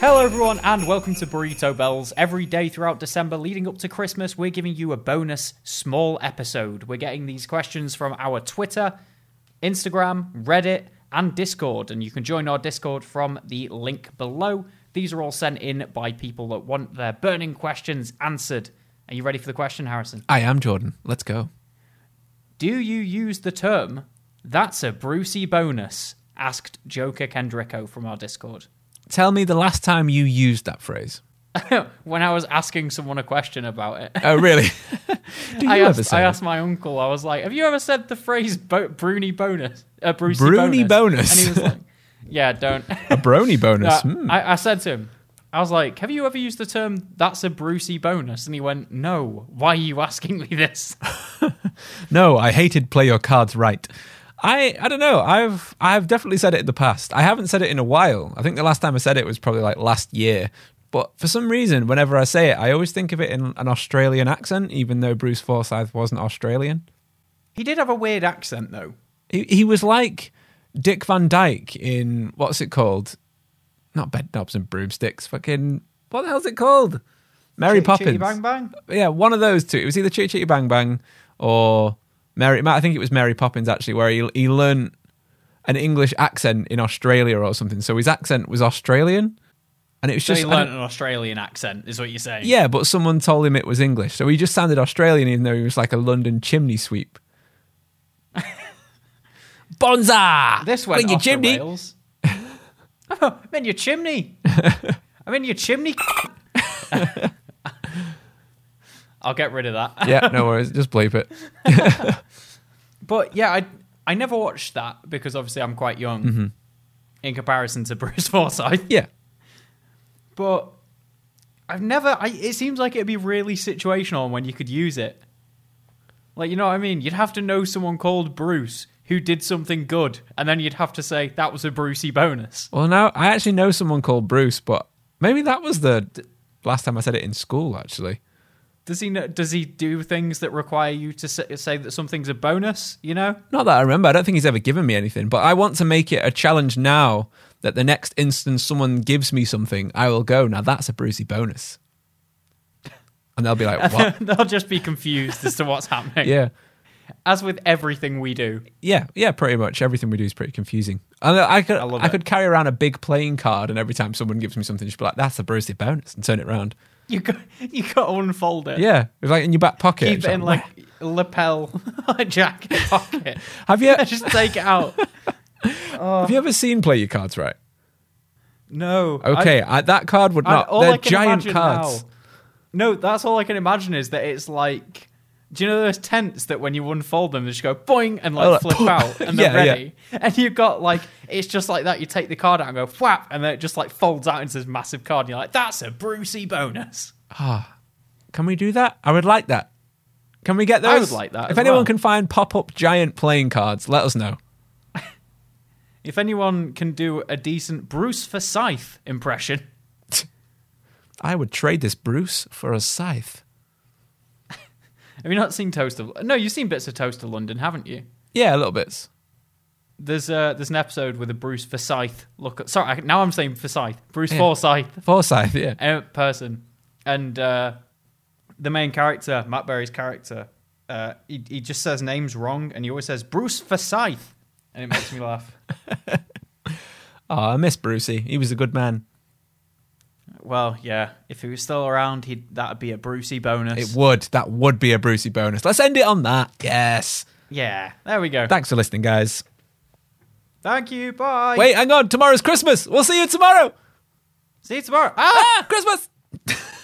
Hello, everyone, and welcome to Burrito Bells. Every day throughout December leading up to Christmas, we're giving you a bonus small episode. We're getting these questions from our Twitter, Instagram, Reddit, and Discord, and you can join our Discord from the link below. These are all sent in by people that want their burning questions answered. Are you ready for the question, Harrison? I am Jordan. Let's go. Do you use the term that's a Brucey bonus? asked Joker Kendricko from our Discord. Tell me the last time you used that phrase. when I was asking someone a question about it, Oh, really? Do you I ever asked, say I it? asked my uncle, I was like, Have you ever said the phrase bo- Bruni bonus? Uh, Brucey Bruni bonus. And he was like, Yeah, don't. a brony bonus? Uh, Hmm. I, I said to him, I was like, Have you ever used the term that's a Brucey bonus? And he went, No, why are you asking me this? No, I hated play your cards right. I, I don't know. I've I've definitely said it in the past. I haven't said it in a while. I think the last time I said it was probably like last year. But for some reason, whenever I say it, I always think of it in an Australian accent, even though Bruce Forsyth wasn't Australian. he did have a weird accent, though. He, he was like Dick Van Dyke in what's it called? Not Bed Knobs and Broomsticks. Fucking what the hell's it called? Mary Chitty Poppins. Chitty Bang Bang? yeah, one of those two. It was either Chitty Chitty Bang Bang or Mary. I think it was Mary Poppins actually, where he he learned an English accent in Australia or something. So his accent was Australian, and it was So just he I learnt don't- an Australian accent, is what you're saying. yeah. But someone told him it was English, so he just sounded Australian, even though he was like a London chimney sweep. Bonza! This went Clean off the rails. I'm in your chimney. I'm in your chimney. I'll get rid of that. yeah, no worries. Just bleep it. But yeah, I I never watched that because obviously I'm quite young Mm-hmm. in comparison to Bruce Forsyth. Yeah. But I've never. I, it seems like it'd be really situational when you could use it. Like you know what I mean? You'd have to know someone called Bruce who did something good, and then you'd have to say that was a Brucey bonus. Well, now I actually know someone called Bruce, but maybe that was the last time I said it in school. Actually, Does he know, does he do things that require you to say, say that something's a bonus? You know, Not that I remember. I don't think he's ever given me anything, but I want to make it a challenge now that the next instance someone gives me something, I will go, now that's a Brucey bonus. And they'll be like, what? they'll just be confused as to what's happening. yeah. As with everything we do, Yeah. Yeah. Pretty much. Everything we do is pretty confusing. And I could, I, love it. could carry around a big playing card, and every time someone gives me something, just be like, that's a Brucey bonus, and turn it around. you got you got to unfold it. Yeah. It's like in your back pocket. keep It's it in like lapel jacket pocket. Have you, just take it out. have you ever seen Play Your Cards Right? No. Okay. I, that card would I- I- not. all I they're can giant imagine cards. now- no, that's all I can imagine is that it's like. Do you know those tents that when you unfold them, they just go boing and like Oh, like, flip out and they're Yeah, yeah. ready? And you've got like, it's just like that. You take the card out and go whap, and then it just like folds out into this massive card. And you're like, that's a Brucey bonus. Can we do that? I would like that. Can we get those? I would like that If as anyone well. can find pop-up giant playing cards, let us know. If anyone can do a decent Bruce Forsyth impression, I would trade this Bruce for a scythe. have you not seen Toast of? No, you've seen bits of Toast of London, haven't you? Yeah, a little bit. There's uh, there's an episode with a Bruce Forsyth look. At, sorry, I- now I'm saying Forsyth. Bruce Forsyth Forsyth, yeah. uh, person, and uh, the main character, Matt Berry's character, uh, he he just says names wrong, and he always says Bruce Forsyth, and it makes me laugh. Oh, I miss Brucey. He was a good man. Well, yeah, if he was still around, he'd that'd be a Brucey bonus. It would. That would be a Brucey bonus. Let's end it on that. Yes. yeah, there we go. Thanks for listening, guys. Thank you. Bye. Wait, hang on. Tomorrow's Christmas. We'll see you tomorrow. See you tomorrow. Ah! Ah, Christmas.